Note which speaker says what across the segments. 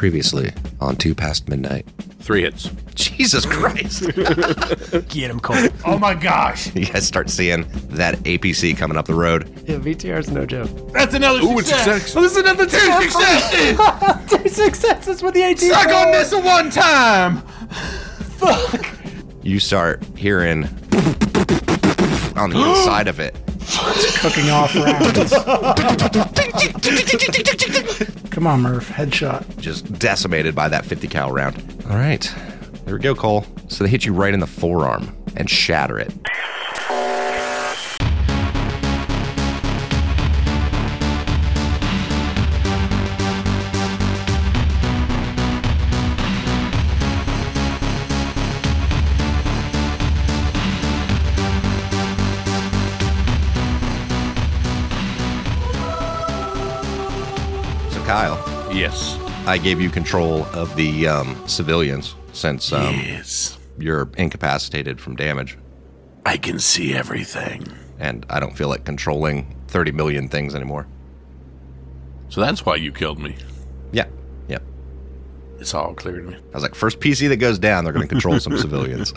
Speaker 1: Previously on Two Past Midnight.
Speaker 2: Three hits.
Speaker 1: Jesus Christ.
Speaker 3: Get him, Cole.
Speaker 4: Oh my gosh.
Speaker 1: you guys start seeing that APC coming up the road.
Speaker 3: Yeah, VTR's no joke.
Speaker 4: That's another
Speaker 2: Ooh, it's
Speaker 4: success.
Speaker 2: six.
Speaker 3: Oh, this is another two.
Speaker 4: Two successes.
Speaker 3: two successes with the 18.
Speaker 4: Suck on this a one time.
Speaker 3: Fuck.
Speaker 1: You start hearing on the inside of it.
Speaker 5: Cooking off rounds. Come on, Murph. Headshot.
Speaker 1: Just decimated by that 50 cal round. All right. There we go, Cole. So they hit you right in the forearm and shatter it. So, Kyle.
Speaker 2: Yes.
Speaker 1: I gave you control of the um, civilians since um,
Speaker 2: Yes.
Speaker 1: you're incapacitated from damage,
Speaker 2: I can see everything.
Speaker 1: and I don't feel like controlling 30 million things anymore.
Speaker 2: So that's why you killed me.
Speaker 1: Yeah, yeah.
Speaker 2: It's all clear to me.
Speaker 1: I was like, first PC that goes down, they're going to control some civilians.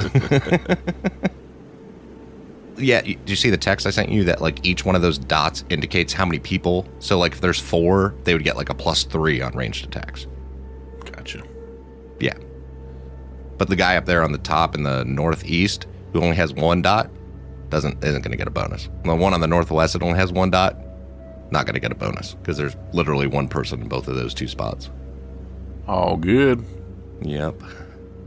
Speaker 1: yeah, you, do you see the text I sent you that like each one of those dots indicates how many people? So like if there's four, they would get like a plus three on ranged attacks.
Speaker 2: Gotcha.
Speaker 1: Yeah. But the guy up there on the top in the northeast who only has one dot doesn't isn't going to get a bonus. The one on the northwest that only has one dot not going to get a bonus because there's literally one person in both of those two spots.
Speaker 2: All good.
Speaker 1: Yep.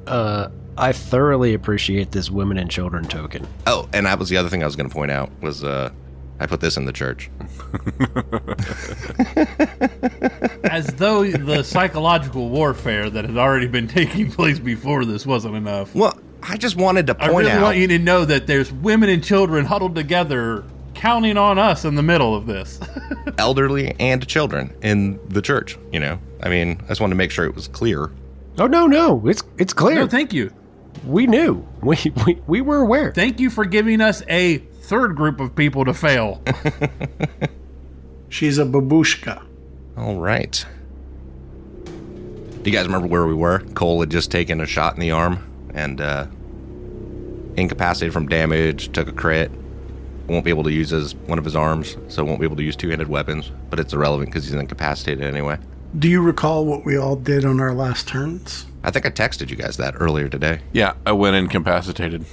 Speaker 3: Uh, I thoroughly appreciate this women and children token.
Speaker 1: Oh, and that was the other thing I was going to point out was uh I put this in the church.
Speaker 4: As though the psychological warfare that had already been taking place before this wasn't enough.
Speaker 1: Well, I just wanted to
Speaker 4: I
Speaker 1: point
Speaker 4: really
Speaker 1: out
Speaker 4: want you to know that there's women and children huddled together counting on us in the middle of this.
Speaker 1: elderly and children in the church, you know. I mean, I just wanted to make sure it was clear.
Speaker 3: Oh no, no, it's it's clear.
Speaker 4: no, thank you.
Speaker 3: we knew. We, we we were aware.
Speaker 4: Thank you for giving us a third group of people to fail.
Speaker 5: She's a babushka.
Speaker 1: All right. Do you guys remember where we were? Cole had just taken a shot in the arm and uh, incapacitated from damage, took a crit. Won't be able to use his one of his arms, so won't be able to use two-handed weapons. But it's irrelevant because he's incapacitated anyway.
Speaker 5: Do you recall what we all did on our last turns?
Speaker 1: I think I texted you guys that earlier today.
Speaker 2: Yeah, I went incapacitated.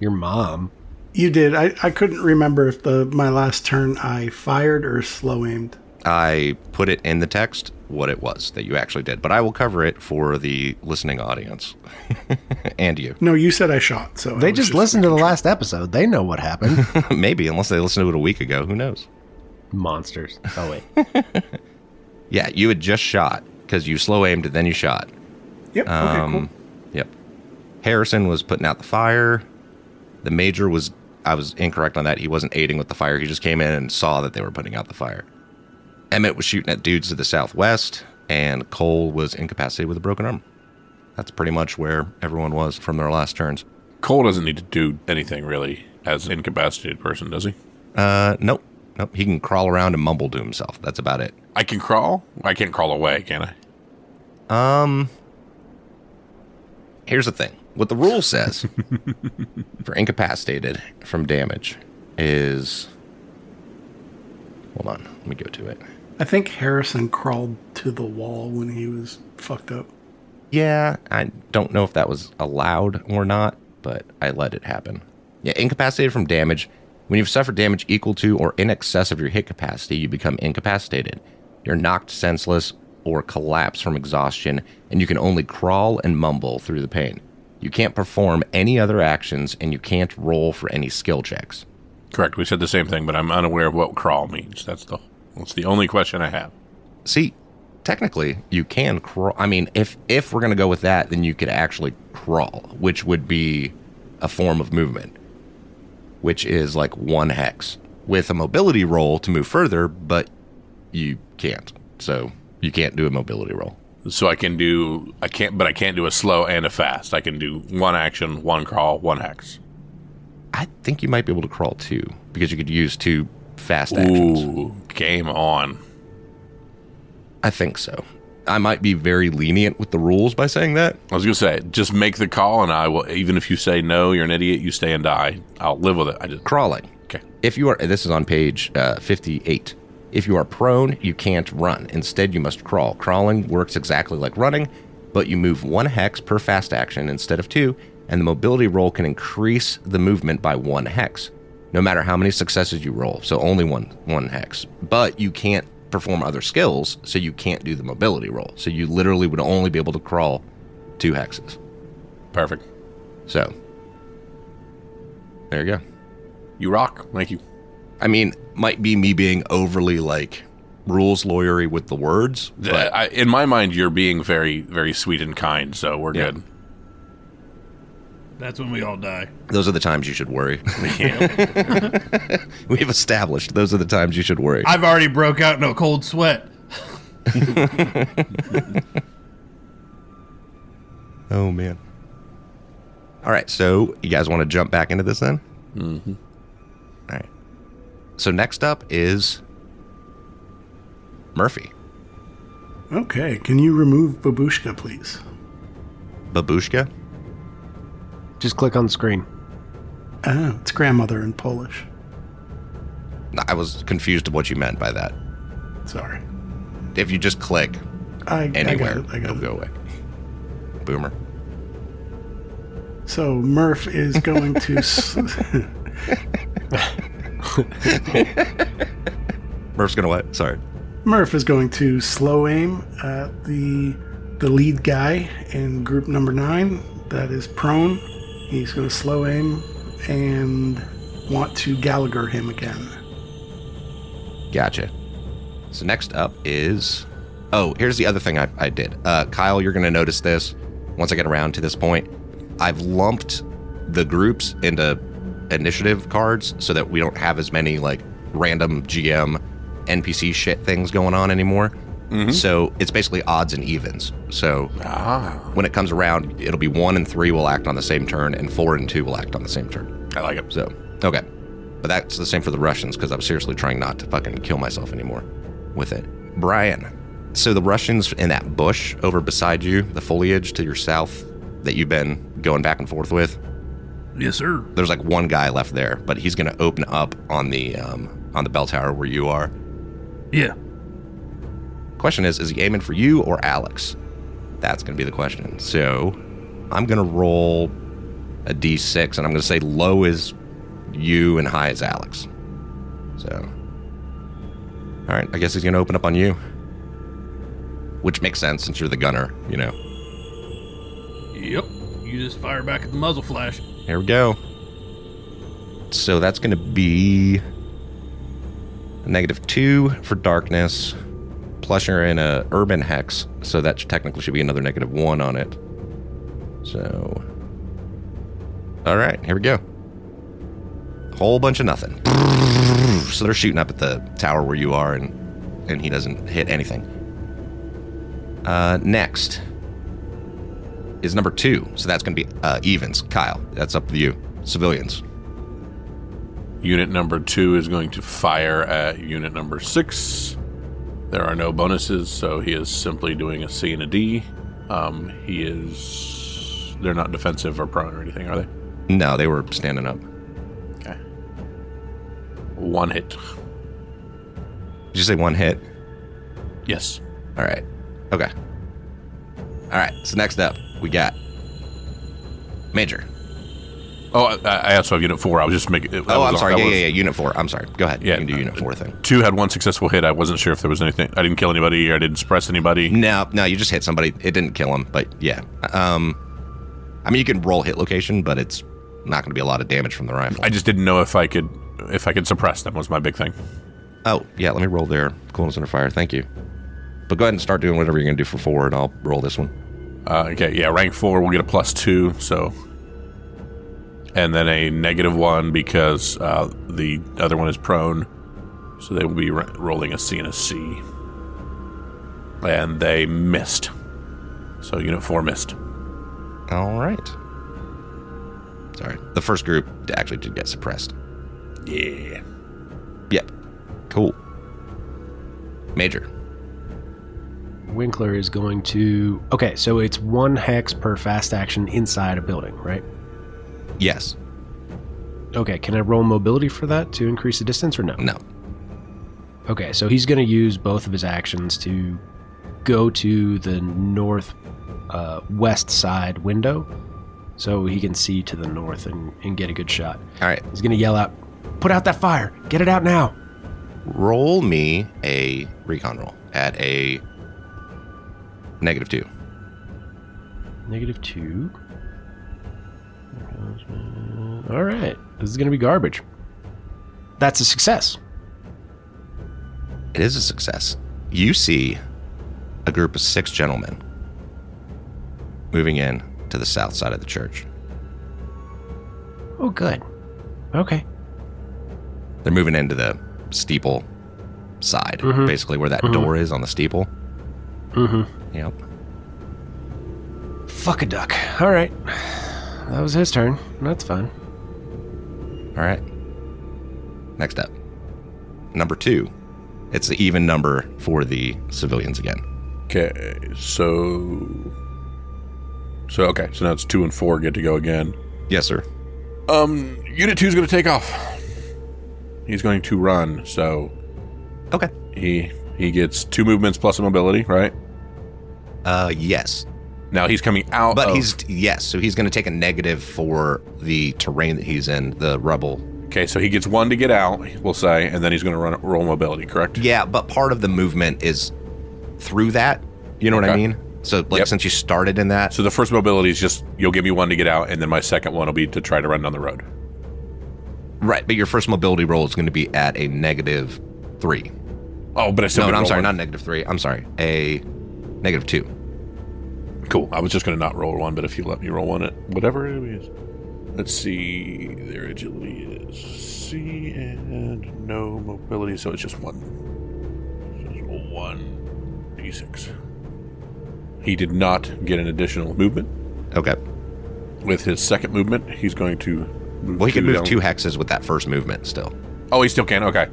Speaker 3: Your mom.
Speaker 5: You did. I, I couldn't remember if the my last turn I fired or slow aimed.
Speaker 1: I put it in the text what it was that you actually did, but I will cover it for the listening audience and you.
Speaker 5: No, you said I shot. So I
Speaker 3: They
Speaker 5: was
Speaker 3: just listened to the last episode. They know what happened.
Speaker 1: Maybe unless they listened to it a week ago, who knows?
Speaker 3: Monsters. Oh wait.
Speaker 1: Yeah, you had just shot because you slow aimed and then you shot.
Speaker 5: Yep. okay. Cool.
Speaker 1: Um, Yep. Harrison was putting out the fire. The major was, I was incorrect on that. He wasn't aiding with the fire. He just came in and saw that they were putting out the fire. Emmett was shooting at dudes to the southwest, and Cole was incapacitated with a broken arm. That's pretty much where everyone was from their last turns.
Speaker 2: Cole doesn't need to do anything really as an incapacitated person, does he?
Speaker 1: Uh, nope. Nope. He can crawl around and mumble to himself. That's about it.
Speaker 2: I can crawl. I can't crawl away, can I?
Speaker 1: Um, here's the thing. What the rule says for incapacitated from damage is. Hold on, let me go to it.
Speaker 5: I think Harrison crawled to the wall when he was fucked up.
Speaker 1: Yeah, I don't know if that was allowed or not, but I let it happen. Yeah, incapacitated from damage. When you've suffered damage equal to or in excess of your hit capacity, you become incapacitated. You're knocked senseless or collapse from exhaustion, and you can only crawl and mumble through the pain. You can't perform any other actions, and you can't roll for any skill checks.
Speaker 2: Correct. We said the same thing, but I'm unaware of what crawl means. That's the that's the only question I have.
Speaker 1: See, technically, you can crawl. I mean, if if we're gonna go with that, then you could actually crawl, which would be a form of movement, which is like one hex with a mobility roll to move further, but you can't. So you can't do a mobility roll.
Speaker 2: So I can do I can't, but I can't do a slow and a fast. I can do one action, one crawl, one hex.
Speaker 1: I think you might be able to crawl too, because you could use two fast actions.
Speaker 2: Ooh, game on.
Speaker 1: I think so. I might be very lenient with the rules by saying that.
Speaker 2: I was gonna say, just make the call, and I will. Even if you say no, you're an idiot. You stay and die. I'll live with it. I just
Speaker 1: Crawling.
Speaker 2: okay.
Speaker 1: If you are, this is on page uh, 58. If you are prone, you can't run. Instead, you must crawl. Crawling works exactly like running, but you move one hex per fast action instead of two, and the mobility roll can increase the movement by one hex, no matter how many successes you roll. So only one one hex. But you can't perform other skills, so you can't do the mobility roll. So you literally would only be able to crawl two hexes.
Speaker 2: Perfect.
Speaker 1: So there you go.
Speaker 2: You rock. Thank you.
Speaker 1: I mean, might be me being overly like rules lawyery with the words,
Speaker 2: Th-
Speaker 1: but
Speaker 2: I, in my mind, you're being very, very sweet and kind. So we're
Speaker 1: Yeah.
Speaker 2: good.
Speaker 4: That's when we all die.
Speaker 1: those are the times you should worry. We've established those are the times you should worry.
Speaker 4: I've already broke out in a cold sweat.
Speaker 1: oh man. All right, so you guys want to jump back into this then? Mm-hmm. right. So next up is Murphy.
Speaker 5: Okay, can you remove Babushka, please?
Speaker 1: Babushka?
Speaker 3: Just click on screen.
Speaker 5: Oh, it's grandmother in Polish.
Speaker 1: No, I was confused of what you meant by that.
Speaker 5: Sorry.
Speaker 1: If you just click
Speaker 5: I,
Speaker 1: anywhere,
Speaker 5: I got it. I got
Speaker 1: it'll
Speaker 5: it.
Speaker 1: go away. Boomer.
Speaker 5: So Murph is going to. s-
Speaker 1: Murph's gonna what? Sorry.
Speaker 5: Murph is going to slow aim at the the lead guy in group number nine that is prone. He's going to slow aim and want to Gallagher him again.
Speaker 1: Gotcha. So next up is. Oh, here's the other thing I, I did. Uh, Kyle, you're going to notice this once I get around to this point. I've lumped the groups into initiative cards so that we don't have as many like random GM NPC shit things going on anymore.
Speaker 2: Mm-hmm.
Speaker 1: So it's basically odds and evens. So
Speaker 2: Ah,
Speaker 1: when it comes around, it'll be one and three will act on the same turn, and four and two will act on the same turn.
Speaker 2: I like it.
Speaker 1: So, okay. But that's the same for the Russians because I'm seriously trying not to fucking kill myself anymore with it. Brian, so the Russians in that bush over beside you, the foliage to your south that you've been going back and forth with,
Speaker 4: Yes, sir.
Speaker 1: there's like one guy left there, but he's going to open up on the um, on the bell tower where you are.
Speaker 4: Yeah.
Speaker 1: Question is, is he aiming for you or Alex? That's going to be the question. So I'm going to roll a d6 and I'm going to say low is you and high is Alex. So, all right, I guess he's going to open up on you, which makes sense since you're the gunner, you know.
Speaker 4: Yep. You just fire back at the muzzle flash.
Speaker 1: Here we go. So that's going to be a negative two for darkness. Plus, you're in a urban hex, so that should- technically should be another negative one on it. So, all right, here we go. Whole bunch of nothing. So they're shooting up at the tower where you are, and and he doesn't hit anything. Uh, next is number two. So that's going to be uh, evens. Kyle, that's up to you. Civilians.
Speaker 2: Unit number two is going to fire at unit number six. There are no bonuses, so he is simply doing a C and a D. Um, he is. They're not defensive or prone or anything, are they?
Speaker 1: No, they were standing up.
Speaker 2: Okay. One hit.
Speaker 1: Did you say one hit?
Speaker 2: Yes.
Speaker 1: All right. Okay. All right. So next up, we got Major.
Speaker 2: Oh, I, I also have unit four. I was just making.
Speaker 1: Oh, I'm sorry. Yeah, yeah, yeah. Unit four. I'm sorry. Go ahead.
Speaker 2: Yeah,
Speaker 1: you can do
Speaker 2: uh,
Speaker 1: unit four thing.
Speaker 2: Two had one successful hit. I wasn't sure if there was anything. I didn't kill anybody or I didn't suppress anybody.
Speaker 1: No, no, you just hit somebody. It didn't kill him, but yeah. Um, I mean, you can roll hit location, but it's not going to be a lot of damage from the rifle.
Speaker 2: I just didn't know if I could if I could suppress them was my big thing.
Speaker 1: oh, yeah. Let me roll there. Coolness under fire. Thank you. But go ahead and start doing whatever you're going to do for four, and I'll roll this one.
Speaker 2: Uh, okay, yeah, rank four, we'll get a plus two, so. And then a negative one because uh, the other one is prone. So they will be ra- rolling a C and a C. And they missed. So unit four missed.
Speaker 1: All right. Sorry. The first group actually did get suppressed.
Speaker 2: Yeah.
Speaker 1: Yep. Cool. Major.
Speaker 3: Winkler is going to. Okay, so it's one hex per fast action inside a building, right?
Speaker 1: Yes.
Speaker 3: Okay, can I roll mobility for that to increase the distance or no?
Speaker 1: No.
Speaker 3: Okay, so he's going to use both of his actions to go to the north uh, west side window so he can see to the north and, and get a good shot.
Speaker 1: All right.
Speaker 3: He's going to yell out, Put out that fire! Get it out now!
Speaker 1: Roll me a recon roll at a negative two.
Speaker 3: Negative two. All right. This is going to be garbage. That's a success.
Speaker 1: It is a success. You see a group of six gentlemen moving in to the south side of the church.
Speaker 3: Oh, good. Okay.
Speaker 1: They're moving into the steeple side,
Speaker 3: Mhm.
Speaker 1: basically where that
Speaker 3: Mhm.
Speaker 1: door is on the steeple.
Speaker 3: Mm-hmm.
Speaker 1: Yep.
Speaker 3: Fuck a duck. All right. That was his turn. That's fine.
Speaker 1: All right. Next up, number two. It's the even number for the civilians again.
Speaker 2: Okay, so. So, okay, so now it's two and four get to go again.
Speaker 1: Yes, sir.
Speaker 2: Um, Unit two's going to take off. He's going to run, so
Speaker 1: Okay.
Speaker 2: he he gets two movements plus a mobility, right?
Speaker 1: Uh, yes.
Speaker 2: Now he's coming out.
Speaker 1: But
Speaker 2: of-
Speaker 1: he's yes, so he's going to take a negative for the terrain that he's in, the rubble.
Speaker 2: okay, so he gets one to get out, we'll say, and then he's going to run roll mobility, correct?
Speaker 1: Yeah, but part of the movement is through that. You know what I
Speaker 2: Okay.
Speaker 1: mean? So like
Speaker 2: Yep.
Speaker 1: since you started in that,
Speaker 2: So the first mobility is just you'll give me one to get out, and then my second one will be to try to run down the road.
Speaker 1: right? But your first mobility roll is going to be at a negative three.
Speaker 2: Oh, but I still
Speaker 1: No,
Speaker 2: get
Speaker 1: no,
Speaker 2: to
Speaker 1: I'm
Speaker 2: roll
Speaker 1: sorry,
Speaker 2: one.
Speaker 1: not negative three. I'm sorry, a negative two.
Speaker 2: Cool. I was just going to not roll one, but if you let me roll one, it whatever it is. Let's see. Their agility is C and no mobility, so it's just one. So it's roll one d6. He did not get an additional movement.
Speaker 1: Okay.
Speaker 2: With his second movement, he's going to. Move
Speaker 1: Well, he could
Speaker 2: two
Speaker 1: move
Speaker 2: down-
Speaker 1: two hexes with that first movement still.
Speaker 2: Oh, he still can. Okay.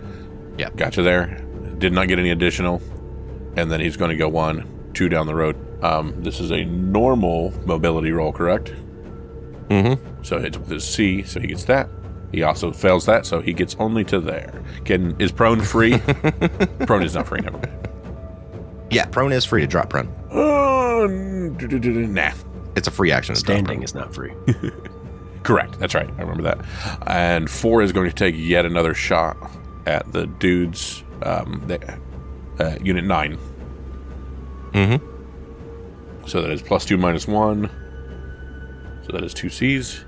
Speaker 1: Yeah.
Speaker 2: Gotcha there. Did not get any additional. And then he's going to go one, two down the road. Um, this is a normal mobility roll, correct?
Speaker 1: Mm-hmm.
Speaker 2: So it's with his C, so he gets that. He also fails that, so he gets only to there. Can is prone free? prone is not free. Never mind.
Speaker 1: Yeah, prone is free to drop prone.
Speaker 2: Uh, nah.
Speaker 1: It's a free action. to drop
Speaker 3: Standing is not free.
Speaker 2: Correct. That's right. I remember that. And four is going to take yet another shot at the dudes. Um, that, uh, unit nine.
Speaker 1: prone. Mhm.
Speaker 2: So that is plus two minus one. So that is two C's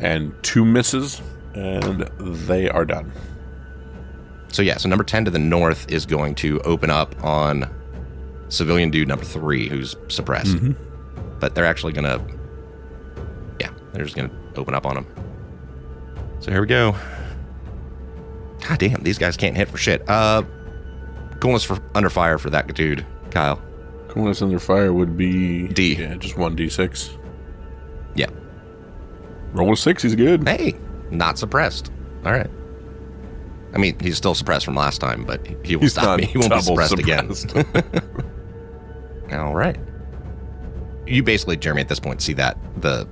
Speaker 2: and two misses, and they are done.
Speaker 1: So yeah, so number ten to the north is going to open up on civilian dude number three, who's suppressed. But they're actually gonna, yeah, they're just gonna open up on him. So here we go. God damn, these guys can't hit for shit. Uh, coolness for under fire for that dude, Kyle.
Speaker 2: Coolness under fire would be
Speaker 1: D.
Speaker 2: Yeah, just one D six.
Speaker 1: Yeah.
Speaker 2: Roll a six. He's good.
Speaker 1: Hey, not suppressed. All right. I mean, he's still suppressed from last time, but he will
Speaker 2: He's
Speaker 1: stop
Speaker 2: not
Speaker 1: me. He won't be
Speaker 2: double
Speaker 1: suppressed,
Speaker 2: suppressed.
Speaker 1: again. All right. You basically, Jeremy, at this point, see that the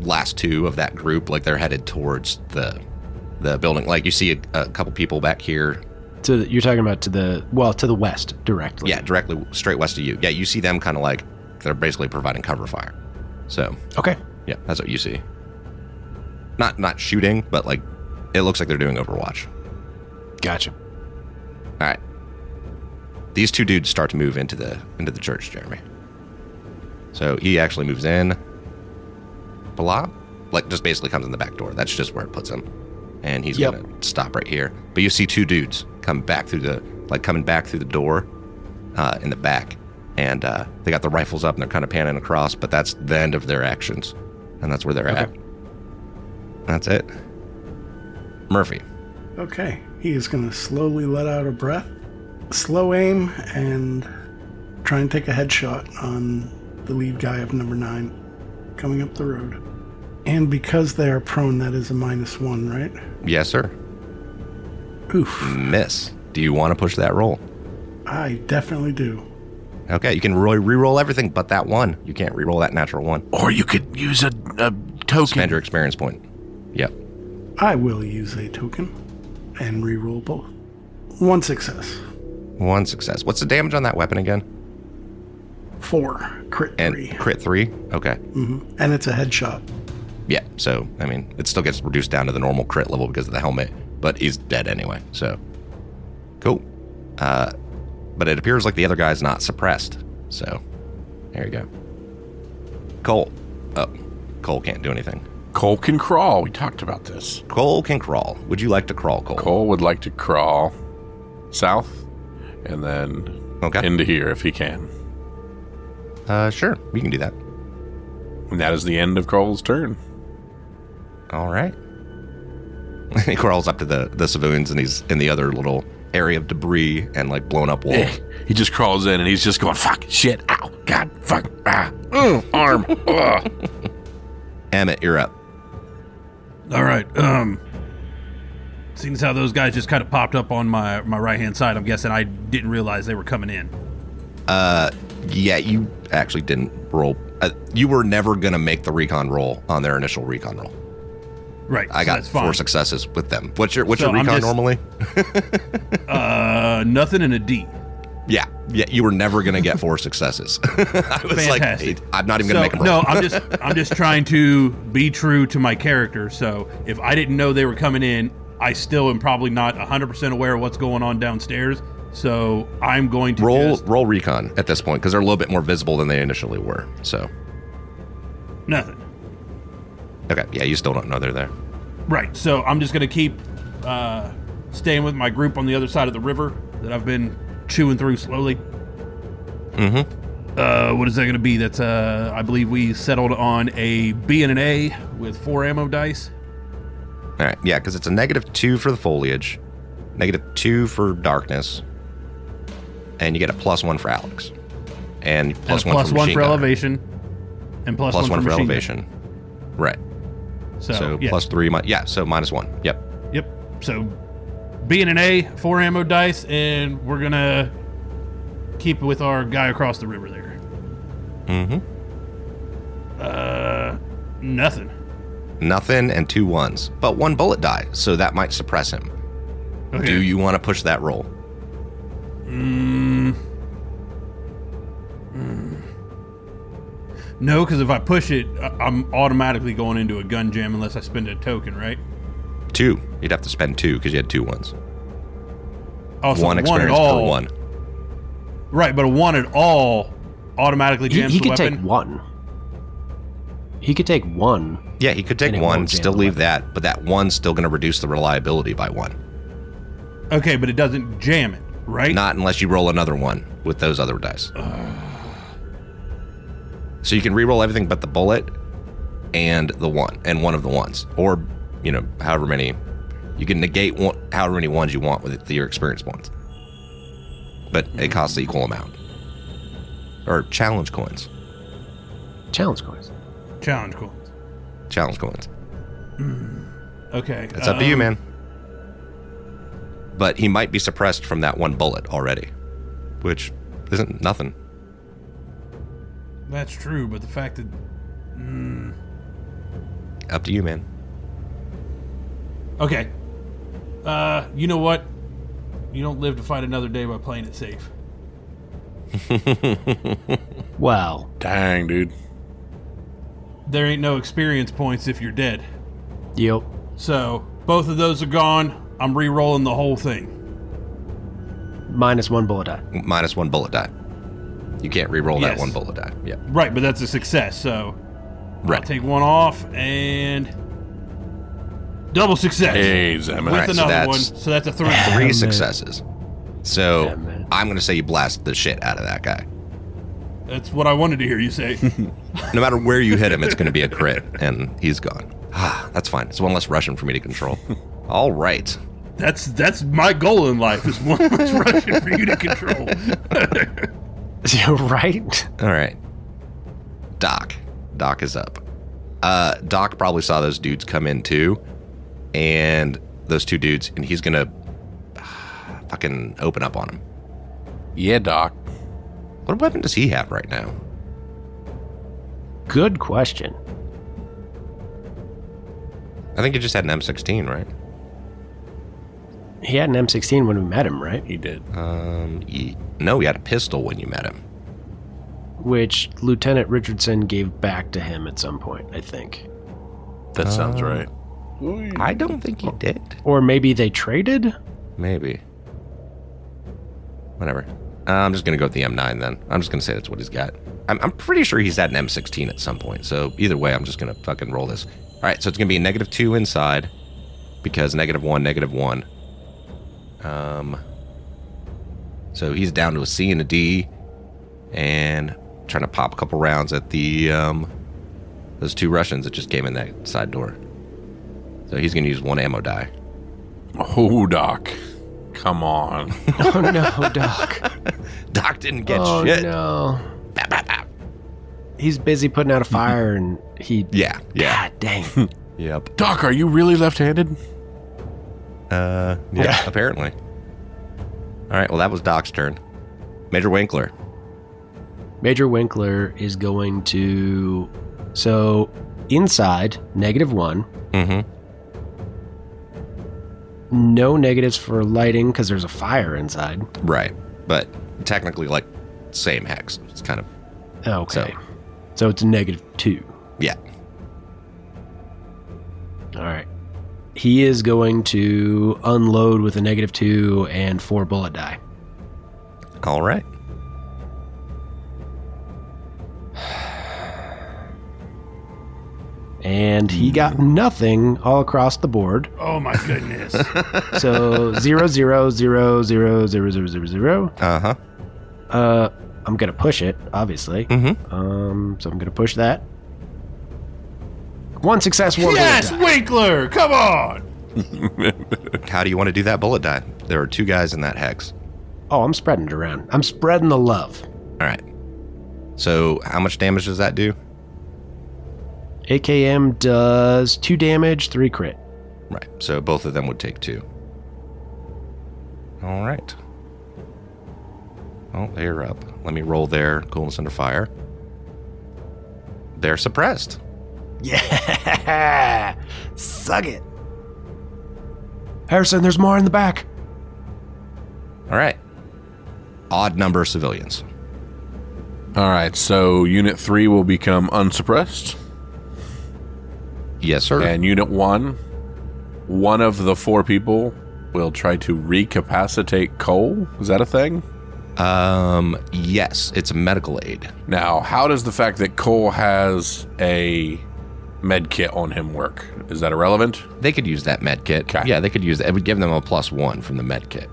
Speaker 1: last two of that group, like they're headed towards the the building. Like you see a, a couple people back here.
Speaker 3: to the, you're talking about to the well to the west directly.
Speaker 1: Yeah, directly straight west of you. Yeah, you see them kind of like they're basically providing cover fire. So
Speaker 3: Okay.
Speaker 1: yeah, that's what you see. Not not shooting, but like it looks like they're doing Overwatch.
Speaker 3: Gotcha.
Speaker 1: All right. These two dudes start to move into the into the church, Jeremy. So he actually moves in. Blah, like just basically comes in the back door. That's just where it puts him, and he's
Speaker 3: Yep.
Speaker 1: gonna stop right here. But you see two dudes come back through the like coming back through the door, uh, in the back, and uh, they got their rifles up and they're kind of panning across. But that's the end of their actions, and that's where they're
Speaker 3: Okay.
Speaker 1: at. That's it. Murphy.
Speaker 5: Okay, he is going to slowly let out a breath, slow aim, and try and take a headshot on the lead guy of number nine coming up the road. And because they are prone, that is a minus one, right?
Speaker 1: Yes, sir.
Speaker 5: Oof,
Speaker 1: Miss. Do you want to push that roll?
Speaker 5: I definitely do.
Speaker 1: Okay, you can re- re-roll everything but that one. You can't re-roll that natural one.
Speaker 6: Or you could use a, a token.
Speaker 1: Spend your experience point. Yep.
Speaker 5: I will use a token and reroll both. One success.
Speaker 1: One success. What's the damage on that weapon again?
Speaker 5: Four. Crit
Speaker 1: And
Speaker 5: three.
Speaker 1: crit three? Okay.
Speaker 5: And it's a headshot.
Speaker 1: Yeah, so, I mean, it still gets reduced down to the normal crit level because of the helmet, but he's dead anyway, so. Cool. Uh, but it appears like the other guy's not suppressed, so. There you go. Cole. Oh, Cole can't do anything.
Speaker 2: Cole can crawl. We talked about this.
Speaker 1: Cole can crawl. Would you like to crawl, Cole?
Speaker 2: Cole would like to crawl south and then
Speaker 1: Okay.
Speaker 2: into here if he can.
Speaker 1: Uh, sure, we can do that.
Speaker 2: And that is the end of Cole's turn.
Speaker 1: All right. he crawls up to the the saloons and he's in the other little area of debris and like blown up wall.
Speaker 2: Eh, He just crawls in and he's just going, fuck, shit, ow, god, fuck, ah, mm, arm. ugh."
Speaker 1: Emmett, you're up.
Speaker 4: All right. Um, seeing as how those guys just kind of popped up on my my right hand side, I'm guessing I didn't realize they were coming in.
Speaker 1: Yeah, you actually didn't roll. Uh, you were never gonna make the recon roll on their initial recon roll.
Speaker 4: Right.
Speaker 1: I
Speaker 4: so
Speaker 1: got
Speaker 4: that's fine.
Speaker 1: four successes with them. What's your what's
Speaker 4: So
Speaker 1: your
Speaker 4: I'm
Speaker 1: recon
Speaker 4: just-
Speaker 1: normally?
Speaker 4: Uh, nothing and a D.
Speaker 1: Yeah, yeah. You were never gonna get four successes. I was like,
Speaker 4: Fantastic.
Speaker 1: hey, I'm not even gonna make
Speaker 4: so,
Speaker 1: them roll.
Speaker 4: no, I'm just I'm just trying to be true to my character. So if I didn't know they were coming in, I still am probably not 100% aware of what's going on downstairs. So I'm going to
Speaker 1: roll
Speaker 4: just-
Speaker 1: roll recon at this point because they're a little bit more visible than they initially were. So
Speaker 4: nothing.
Speaker 1: okay, yeah, you still don't know they're there.
Speaker 4: Right. So I'm just going to keep uh, staying with my group on the other side of the river that I've been chewing through slowly.
Speaker 1: Mm-hmm.
Speaker 4: Uh, what is that going to be? That's uh, I believe we settled on a B and an A with four ammo dice.
Speaker 1: All right, yeah, because it's a negative two for the foliage, negative two for darkness, and you get a plus one for Alex, and
Speaker 4: and
Speaker 1: plus
Speaker 4: a
Speaker 1: one
Speaker 4: plus
Speaker 1: for,
Speaker 4: one
Speaker 1: machine
Speaker 4: for
Speaker 1: gunner.
Speaker 4: elevation, and plus,
Speaker 1: plus one,
Speaker 4: for
Speaker 1: for
Speaker 4: machine gun.
Speaker 1: elevation. Right.
Speaker 4: So,
Speaker 1: so
Speaker 4: yeah.
Speaker 1: plus three. Mi- yeah. So minus one. Yep.
Speaker 4: Yep. So B and an A, four ammo dice, and we're gonna keep it with our guy across the river there.
Speaker 1: Mm-hmm.
Speaker 4: Uh, nothing.
Speaker 1: Nothing and two ones, but one bullet die, so that might suppress him.
Speaker 4: Okay.
Speaker 1: Do you want to push that roll?
Speaker 4: Mm. Mm. No, because if I push it, I- I'm automatically going into a gun jam unless I spend a token, right?
Speaker 1: Two. You'd have to spend two because you had two ones.
Speaker 4: Also,
Speaker 1: one
Speaker 4: at
Speaker 1: experience
Speaker 4: all,
Speaker 1: per one.
Speaker 4: Right, but a one at all automatically
Speaker 3: He,
Speaker 4: jams
Speaker 3: he
Speaker 4: the
Speaker 3: could
Speaker 4: weapon.
Speaker 3: take one. He could take one.
Speaker 1: Yeah, he could take
Speaker 3: And it
Speaker 1: one,
Speaker 3: won't jam
Speaker 1: still
Speaker 3: the
Speaker 1: leave that, but that one's still going to reduce the reliability by one.
Speaker 4: Okay, but it doesn't jam it, right?
Speaker 1: Not unless you roll another one with those other dice. so you can re-roll everything but the bullet and the one and one of the ones, or you know, however many. You can negate one, however many ones you want with your experience points, but it costs the equal amount. Or challenge coins,
Speaker 3: Challenge coins.
Speaker 4: Challenge coins.
Speaker 1: challenge coins.
Speaker 4: Okay.
Speaker 1: It's up to you,
Speaker 4: um,
Speaker 1: man. But he might be suppressed from that one bullet already, which isn't nothing.
Speaker 4: That's true, but the fact that
Speaker 1: Up to you, man.
Speaker 4: okay, uh, you know what? You don't live to fight another day by playing it safe.
Speaker 3: Well,
Speaker 2: Dang, dude.
Speaker 4: There ain't no experience points if you're dead.
Speaker 3: yep.
Speaker 4: So both of those are gone. I'm re-rolling the whole thing.
Speaker 3: Minus one bullet die.
Speaker 1: minus one bullet die. You can't re-roll that
Speaker 4: Yes.
Speaker 1: one bullet die. Yeah.
Speaker 4: Right, but that's a success. So
Speaker 1: Right.
Speaker 4: I'll take one off and double success
Speaker 2: Hey,
Speaker 4: with
Speaker 2: Zeman.
Speaker 1: Alright, so
Speaker 4: another one.
Speaker 1: that's-
Speaker 4: So that's a three.
Speaker 1: Three
Speaker 3: man.
Speaker 1: successes. So
Speaker 3: Yeah, man.
Speaker 1: I'm gonna say you blast the shit out of that guy.
Speaker 4: that's what I wanted to hear you say.
Speaker 1: No matter where you hit him, it's gonna be a crit, and he's gone. Ah, that's fine. It's one less Russian for me to control. All right.
Speaker 4: that's that's my goal in life is one less Russian for you to control.
Speaker 3: right?
Speaker 1: All right. Doc. Doc is up. Uh, Doc probably saw those dudes come in too, and those two dudes, and he's gonna ah, fucking open up on him.
Speaker 2: Yeah, Doc.
Speaker 1: What weapon does he have right now?
Speaker 3: Good question.
Speaker 1: I think he just had an M16, right?
Speaker 3: He had an M16 when we met him, right?
Speaker 2: He did.
Speaker 1: Um, ye- no, he had a pistol when you met him.
Speaker 3: Which Lieutenant Richardson gave back to him at some point, I think.
Speaker 2: That sounds right.
Speaker 1: I don't think he did.
Speaker 3: Or maybe they traded?
Speaker 1: Maybe. Whatever. Uh, I'm just gonna go with the M9 then. I'm just gonna say that's what he's got. I'm, I'm pretty sure he's had an M16 at some point. So either way, I'm just gonna fucking roll this. All right, so it's gonna be a negative two inside because negative one, negative one. Um. So he's down to a C and a D, and trying to pop a couple rounds at the um, those two Russians that just came in that side door. So he's gonna use one ammo die.
Speaker 2: Oh, Doc. Come on.
Speaker 3: Oh no, Doc.
Speaker 1: Doc didn't get
Speaker 3: oh
Speaker 1: shit.
Speaker 3: no.
Speaker 1: Bap, bap, bap.
Speaker 3: He's busy putting out a fire and he.
Speaker 1: Yeah, yeah,
Speaker 3: God dang.
Speaker 1: yep.
Speaker 2: Doc, are you really left handed?
Speaker 1: Uh, yeah, apparently. All right, well, that was Doc's turn. Major Winkler.
Speaker 3: Major Winkler is going to. So, inside, negative one.
Speaker 1: Mm-hmm.
Speaker 3: No negatives for lighting because there's a fire inside.
Speaker 1: Right, but technically, like, same hex. It's kind of
Speaker 3: Okay. So, so it's negative two.
Speaker 1: yeah.
Speaker 3: All right. He is going to unload with a negative two and four bullet die.
Speaker 1: All right.
Speaker 3: And he got nothing all across the board.
Speaker 4: Oh my goodness.
Speaker 3: So zero, zero, zero, zero, zero, zero, zero, zero.
Speaker 1: Uh huh.
Speaker 3: Uh, I'm going to push it, obviously.
Speaker 1: Mm-hmm.
Speaker 3: Um, so I'm going to push that. One success, one
Speaker 4: yes,
Speaker 3: bullet die.
Speaker 4: Winkler, come on.
Speaker 1: How do you want to do that bullet die? There are two guys in that hex.
Speaker 3: Oh, I'm spreading it around. I'm spreading the love.
Speaker 1: All right. So, how much damage does that do?
Speaker 3: AKM does two damage, three crit.
Speaker 1: Right. So both of them would take two. All right. Oh, they're up. Let me roll their coolness under fire. They're suppressed.
Speaker 3: Yeah. Suck it. Harrison, there's more in the back.
Speaker 1: All right. Odd number of civilians.
Speaker 2: All right, so Unit 3 will become unsuppressed,
Speaker 1: Yes, sir.
Speaker 2: and Unit 1, one of the four people will try to recapacitate Cole. Is that a thing?
Speaker 1: um, yes, it's medical aid.
Speaker 2: Now, how does the fact that Cole has a med kit on him work? Is that irrelevant?
Speaker 1: They could use that med kit.
Speaker 2: Okay.
Speaker 1: Yeah, they could use that. It would give them a plus one from the med kit.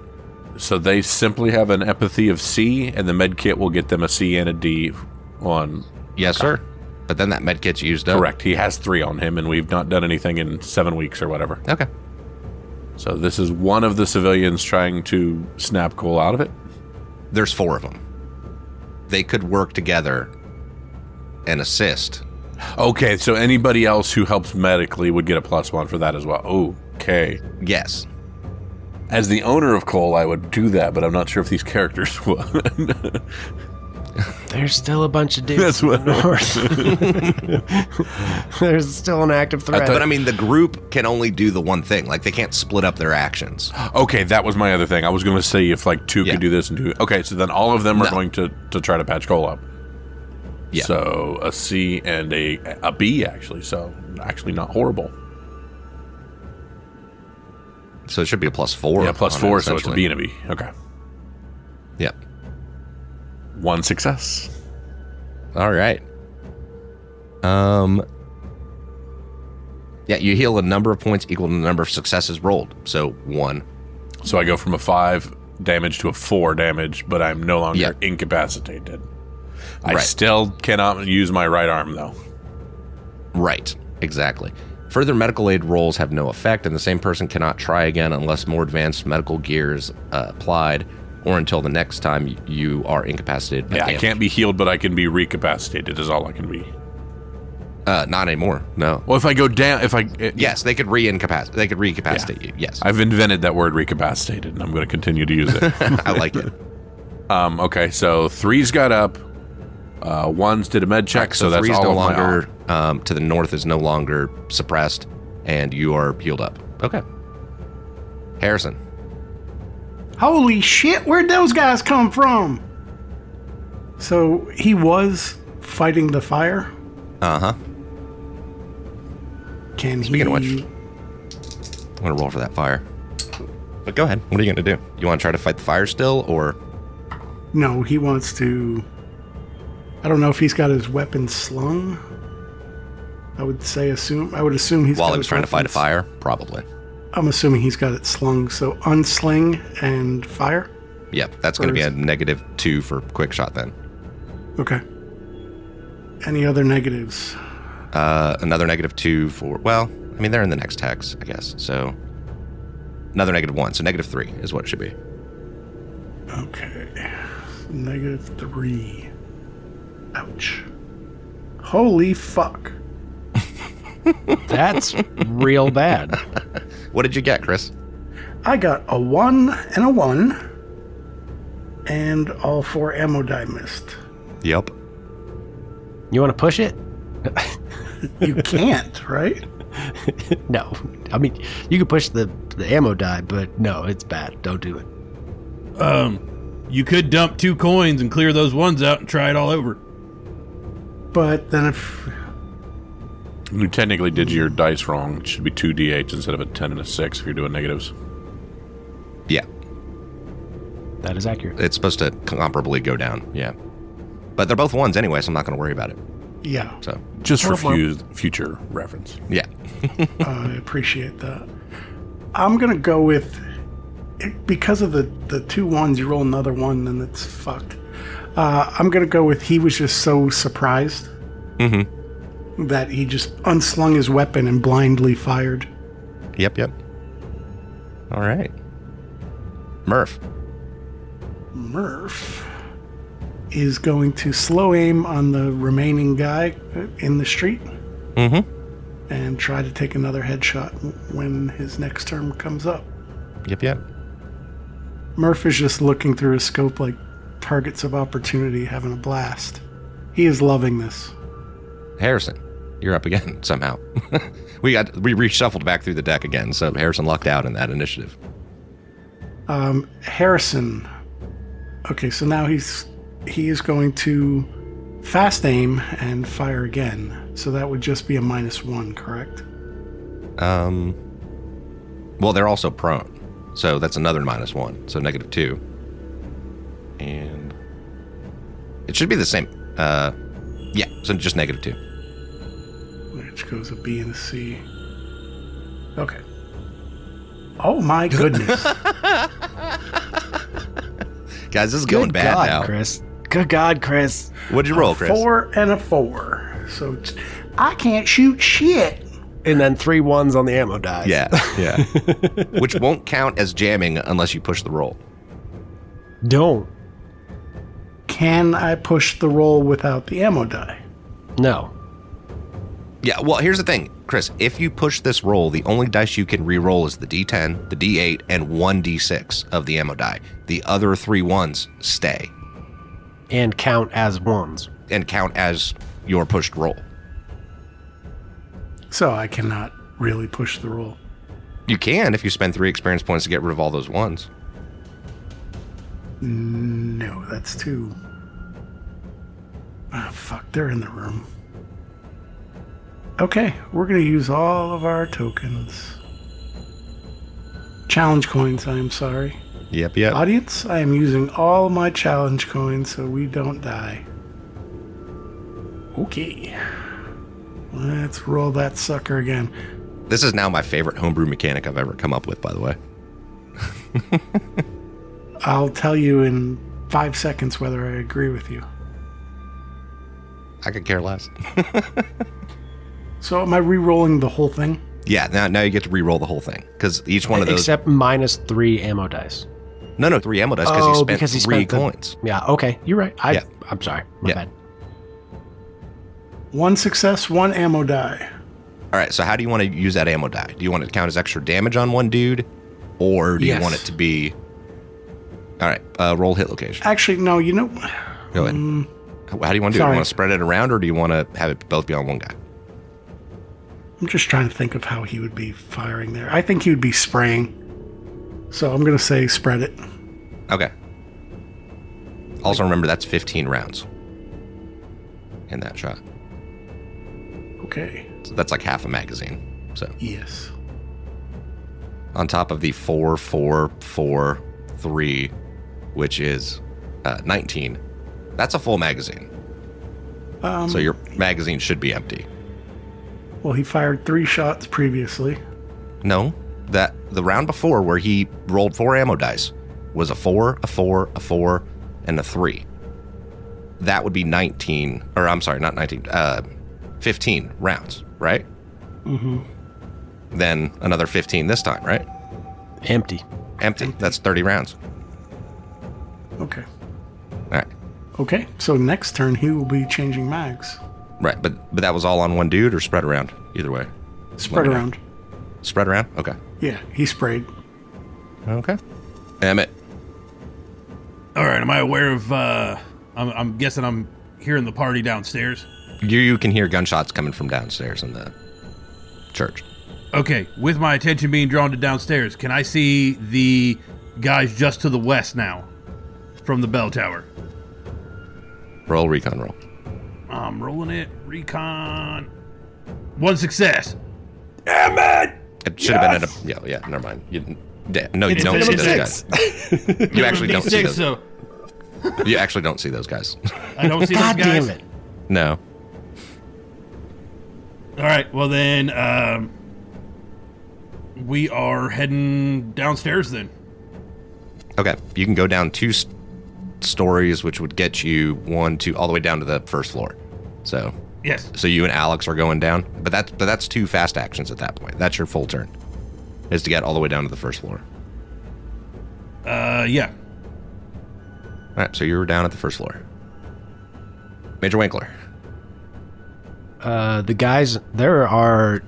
Speaker 2: So they simply have an empathy of C, and the med kit will get them a C and a D on.
Speaker 1: Yes, sir. But then that med kit's used up.
Speaker 2: Correct. He has three on him, and we've not done anything in seven weeks or whatever.
Speaker 1: Okay.
Speaker 2: So this is one of the civilians trying to snap Cole out of it.
Speaker 1: There's four of them. They could work together and assist
Speaker 2: Okay, so anybody else who helps medically would get a plus one for that as well. Okay.
Speaker 1: Yes.
Speaker 2: As the owner of Cole, I would do that, but I'm not sure if these characters would.
Speaker 3: There's still a bunch of dudes
Speaker 2: That's
Speaker 3: in the
Speaker 2: what-
Speaker 3: north. there's still an active threat.
Speaker 1: But I mean, the group can only do the one thing. Like, they can't split up their actions.
Speaker 2: Okay, that was my other thing. I was going to say if like two
Speaker 1: Yeah.
Speaker 2: could do this and two. Okay, so then all of them are
Speaker 1: No.
Speaker 2: going to to try to patch Cole up.
Speaker 1: Yeah.
Speaker 2: So a C and a a B actually. So actually not horrible.
Speaker 1: So it should be a plus four.
Speaker 2: yeah, plus
Speaker 1: on it,
Speaker 2: four, so it's a
Speaker 1: essentially.
Speaker 2: B and a B. Okay,
Speaker 1: Yeah.
Speaker 2: one success.
Speaker 1: All right. Um. Yeah, you heal a number of points equal to the number of successes rolled. So one.
Speaker 2: So I go from a five damage to a four damage, but I'm no longer
Speaker 1: Yeah.
Speaker 2: incapacitated. I
Speaker 1: Right.
Speaker 2: still cannot use my right arm though.
Speaker 1: Right. Exactly. Further medical aid rolls have no effect, and the same person cannot try again unless more advanced medical gear is uh, applied, or until the next time y- you are incapacitated. by
Speaker 2: Yeah, I
Speaker 1: damage.
Speaker 2: can't be healed, but I can be recapacitated. Is all I can be.
Speaker 1: Uh, not anymore. No.
Speaker 2: Well, if I go down, if I eh, it,
Speaker 1: Yes, they could reincapacitate. They could recapacitate you. Yes.
Speaker 2: I've invented that word recapacitated, and I'm going to continue to use it.
Speaker 1: I like it.
Speaker 2: Um, okay, so three's got up. Uh, one's did a med check, so, that's
Speaker 1: three's
Speaker 2: all
Speaker 1: no
Speaker 2: of my
Speaker 1: longer um, to the north is no longer suppressed, and you are healed up. Okay. Harrison,
Speaker 5: Holy shit, where'd those guys come from? So he was fighting the fire.
Speaker 1: uh huh.
Speaker 5: Can
Speaker 1: Speaking of
Speaker 5: he?
Speaker 1: which. I'm gonna roll for that fire. But go ahead. What are you gonna do? You want to try to fight the fire still, or
Speaker 5: No, he wants to. I don't know if he's got his weapon slung. I would say assume. I would assume he's.
Speaker 1: while
Speaker 5: got
Speaker 1: he
Speaker 5: his
Speaker 1: was trying to fight a
Speaker 5: weapons-
Speaker 1: fire? Probably.
Speaker 5: I'm assuming he's got it slung. So unsling and fire.
Speaker 1: Yep. That's gonna be a
Speaker 5: First.
Speaker 1: negative two for quick shot then.
Speaker 5: Okay. Any other negatives?
Speaker 1: Uh, another negative two for well, I mean they're in the next hex, I guess. So another negative one. So negative three is what it should be.
Speaker 5: Okay. Negative three. Ouch. Holy fuck.
Speaker 3: That's real bad.
Speaker 1: What did you get, Chris?
Speaker 5: I got a one and a one. And all four ammo die missed.
Speaker 1: Yep.
Speaker 3: You want to push it?
Speaker 5: You can't, right?
Speaker 3: No. I mean, you can push the, the ammo die, but no, it's bad. Don't do it.
Speaker 4: Um, you could dump two coins and clear those ones out and try it all over.
Speaker 5: But then if
Speaker 2: round. You technically did your dice wrong. It should be two d8s instead of a ten and a six if you're doing negatives.
Speaker 1: Yeah.
Speaker 3: That is accurate.
Speaker 1: It's supposed to comparably go down. Yeah. But they're both ones anyway, so I'm not gonna worry about it.
Speaker 5: yeah,
Speaker 1: So
Speaker 2: Just for fu- future reference.
Speaker 1: yeah.
Speaker 5: I appreciate that. I'm gonna go with because of the the two ones. You roll another one, then it's fucked. Uh, I'm gonna go with he was just so surprised
Speaker 1: Mm-hmm.
Speaker 5: that he just unslung his weapon and blindly fired.
Speaker 1: Yep, yep. All right. Murph.
Speaker 5: Murph is going to slow aim on the remaining guy uh, in the street
Speaker 1: Mm-hmm.
Speaker 5: and try to take another headshot when his next term comes up.
Speaker 1: Yep, yep.
Speaker 5: Murph is just looking through his scope like targets of opportunity, having a blast. He is loving this.
Speaker 1: Harrison, you're up again somehow. we got we reshuffled back through the deck again, so Harrison lucked out in that initiative.
Speaker 5: Um, Harrison. Okay, so now he's he is going to fast aim and fire again. So that would just be a minus one, correct?
Speaker 1: Um. Well, they're also prone, so that's another minus one, so negative two. And it should be the same. Uh, yeah, so just negative two.
Speaker 5: Which goes a B and a C. Okay. Oh my goodness.
Speaker 1: Guys, this is going
Speaker 3: Good
Speaker 1: bad
Speaker 3: God,
Speaker 1: now.
Speaker 3: Chris. Good God, Chris.
Speaker 1: What'd you roll, Oh, Chris?
Speaker 5: four and a four. So t- I can't shoot shit.
Speaker 3: And then three ones on the ammo die.
Speaker 1: Yeah, yeah. Which won't count as jamming unless you push the roll.
Speaker 3: Don't.
Speaker 5: Can I push the roll without the ammo die?
Speaker 3: No.
Speaker 1: Yeah, well, here's the thing, Chris. If you push this roll, the only dice you can re-roll is the D10, the D8, and one D6 of the ammo die. The other three ones stay
Speaker 3: And count as ones.
Speaker 1: and count as your pushed roll.
Speaker 5: So I cannot really push the roll.
Speaker 1: You can if you spend three experience points to get rid of all those ones.
Speaker 5: No, that's too. Ah, fuck, they're in the room. Okay, we're gonna use all of our tokens. Challenge coins, I am sorry.
Speaker 1: Yep, yep.
Speaker 5: Audience, I am using all my challenge coins so we don't die. Okay. Let's roll that sucker again.
Speaker 1: This is now my favorite homebrew mechanic I've ever come up with, by the way.
Speaker 5: I'll tell you in five seconds whether I agree with you.
Speaker 1: I could care less.
Speaker 5: So, am I re rolling the whole thing?
Speaker 1: yeah, now now you get to re-roll the whole thing because each one of those.
Speaker 3: Except minus three ammo dice.
Speaker 1: no, no, three ammo dice because he
Speaker 3: Oh,
Speaker 1: spent
Speaker 3: because he
Speaker 1: three
Speaker 3: spent the-
Speaker 1: coins.
Speaker 3: Yeah, okay. You're right. I,
Speaker 1: Yeah.
Speaker 3: I'm sorry. My
Speaker 1: Yeah.
Speaker 3: bad.
Speaker 5: One success, one ammo die.
Speaker 1: All right, so how do you want to use that ammo die? Do you want it to count as extra damage on one dude, or do
Speaker 5: Yes.
Speaker 1: you want it to be All right. Uh, roll hit location.
Speaker 5: Actually, no, you know,
Speaker 1: Go ahead.
Speaker 3: mm.
Speaker 1: How do you want to do it? Do
Speaker 5: sorry.
Speaker 1: you want to spread it around, or do you want to have it both be on one guy?
Speaker 5: I'm just trying to think of how he would be firing there. I think he would be spraying. So I'm going to say spread it.
Speaker 1: Okay. Also remember that's 15 rounds in that shot.
Speaker 5: Okay.
Speaker 1: So that's like half a magazine. So
Speaker 5: Yes.
Speaker 1: on top of the four, four, four, three, which is uh, 19, that's a full magazine.
Speaker 5: Um,
Speaker 1: So your magazine should be empty.
Speaker 5: well, he fired three shots previously.
Speaker 1: No, that the round before where he rolled four ammo dice was a four, a four, a four, and a three. That would be 19, or I'm sorry, not 19, uh, 15 rounds, right?
Speaker 5: Mm-hmm.
Speaker 1: Then another 15 this time, right?
Speaker 3: Empty.
Speaker 1: Empty. That's 30 rounds.
Speaker 5: Okay.
Speaker 1: All right.
Speaker 5: Okay. So next turn, he will be changing mags.
Speaker 1: Right. But, but that was all on one dude or spread around? Either way. Let
Speaker 5: Spread
Speaker 1: me know.
Speaker 5: around.
Speaker 1: Spread around? Okay.
Speaker 5: Yeah, he sprayed.
Speaker 1: Okay. Emmett.
Speaker 4: All right, am I aware of? uh I'm, I'm guessing I'm hearing the party downstairs.
Speaker 1: You, you can hear gunshots coming from downstairs in the church.
Speaker 4: Okay, with my attention being drawn to downstairs, can I see the guys just to the west now from the bell tower?
Speaker 1: Roll recon roll.
Speaker 4: I'm rolling it. Recon. One success.
Speaker 1: It should have been at a. Yeah, yeah, never mind. You, didn't- yeah, no, you
Speaker 4: It's
Speaker 1: don't
Speaker 4: a
Speaker 1: see
Speaker 4: minimum
Speaker 1: those guys. you actually don't see
Speaker 4: D6,
Speaker 1: those.
Speaker 4: so
Speaker 1: You actually don't see those guys.
Speaker 4: I don't see
Speaker 3: God
Speaker 4: those guys.
Speaker 3: damn it.
Speaker 1: no.
Speaker 4: All right, well then, um, we are heading downstairs then.
Speaker 1: Okay, you can go down two s stories, which would get you one, two, all the way down to the first floor. So,
Speaker 4: Yes.
Speaker 1: so you and Alex are going down, but that's but that's two fast actions at that point. That's your full turn, is to get all the way down to the first floor.
Speaker 4: Uh, yeah.
Speaker 1: All right, so you're down at the first floor. Major Winkler.
Speaker 3: Uh, the guys, there are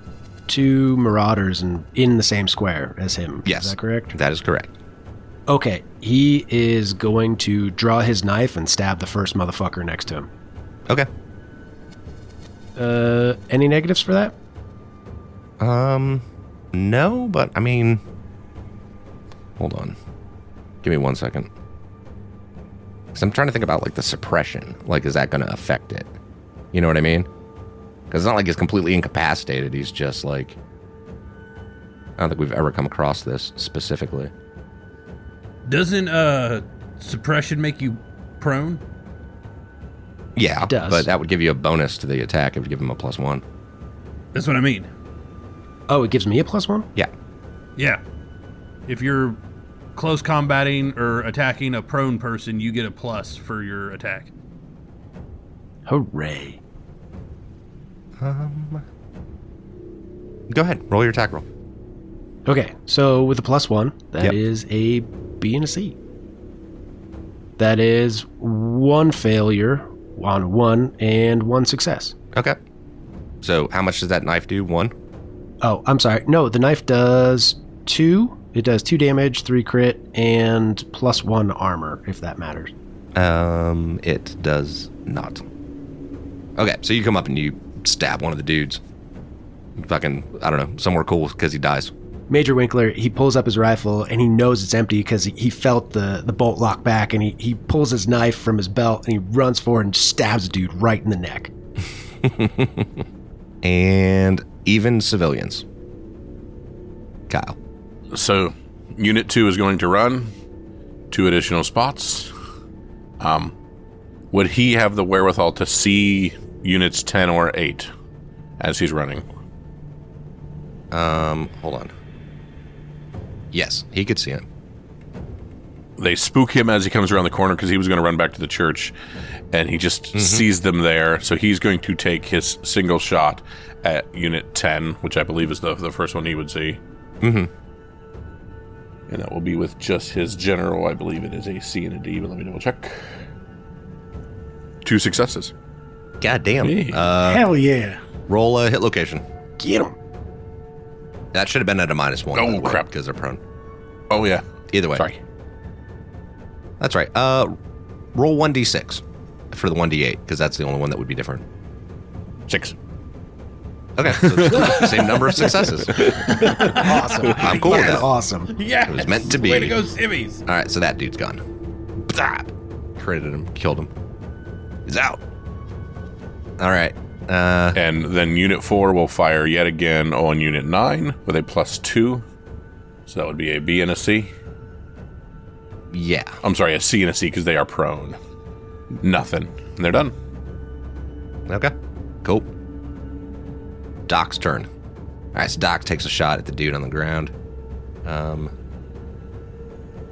Speaker 3: two marauders in, in the same square as him.
Speaker 1: Yes,
Speaker 3: Is that correct?
Speaker 1: That is correct.
Speaker 3: Okay. He is going to draw his knife and stab the first motherfucker next to him.
Speaker 1: Okay.
Speaker 3: Uh, any negatives for that?
Speaker 1: Um, no, but I mean, hold on. Give me one second. Because I'm trying to think about like the suppression. Like, is that going to affect it? You know what I mean? Because it's not like he's completely incapacitated. He's just like, I don't think we've ever come across this specifically.
Speaker 4: Doesn't uh suppression make you prone?
Speaker 1: Yeah,
Speaker 3: does.
Speaker 1: but that would give you a bonus to the attack. It would give him a plus one.
Speaker 4: That's what I mean.
Speaker 3: Oh, it gives me a plus one?
Speaker 1: Yeah,
Speaker 4: Yeah. If you're close combating or attacking a prone person, you get a plus for your attack.
Speaker 3: Hooray.
Speaker 1: go ahead, roll your attack roll.
Speaker 3: Okay, so with a plus one,
Speaker 1: Yep.
Speaker 3: that is a B and a C. That is one failure on one and one success.
Speaker 1: Okay. So, how much does that knife do? One.
Speaker 3: Oh, I'm sorry. No, the knife does two. It does two damage, three crit, and plus one armor, if that matters.
Speaker 1: Um, it does not. Okay, so you come up and you stab one of the dudes. Fucking, I don't know, somewhere cool because he dies.
Speaker 3: Major Winkler, he pulls up his rifle and he knows it's empty because he, he felt the, the bolt lock back and he, he pulls his knife from his belt and he runs forward and stabs the dude right in the neck.
Speaker 1: And even civilians. Kyle.
Speaker 2: So, Unit 2 is going to run two additional spots. Um, would he have the wherewithal to see Units 10 or 8 as he's running?
Speaker 1: Um, hold on. Yes, he could see him.
Speaker 2: They spook him as he comes around the corner because he was going to run back to the church and he just sees them there. So, he's going to take his single shot at Unit 10, which I believe is the, the first one he would see.
Speaker 1: Mhm.
Speaker 2: And that will be with just his general. I believe it is a C and a D, but let me double check. Two successes.
Speaker 1: God damn.
Speaker 2: Hey.
Speaker 1: Uh,
Speaker 5: Hell yeah.
Speaker 1: roll a hit location.
Speaker 3: Get him!
Speaker 1: That should have been at a minus one.
Speaker 2: Oh, crap.
Speaker 1: Because they're prone.
Speaker 2: Oh yeah.
Speaker 1: Either way.
Speaker 2: Sorry.
Speaker 1: That's right. Uh, roll 1d6 for the 1d8 because that's the only one that would be different.
Speaker 2: Six.
Speaker 1: Okay, so it's the same number of successes.
Speaker 3: Awesome.
Speaker 1: I'm cool with that.
Speaker 3: Awesome.
Speaker 4: Yeah,
Speaker 1: It was meant to be.
Speaker 4: Way to go, Simmies.
Speaker 1: All right, so that dude's gone. Bzah! Critted him, killed him. He's out. All right. Uh,
Speaker 2: And then Unit 4 will fire yet again on Unit 9 with a plus 2. So that would be a B and a C.
Speaker 1: yeah.
Speaker 2: I'm sorry, a C and a C because they are prone. Nothing. And they're done.
Speaker 1: Okay. Cool. Doc's turn. All right, so Doc takes a shot at the dude on the ground. Um,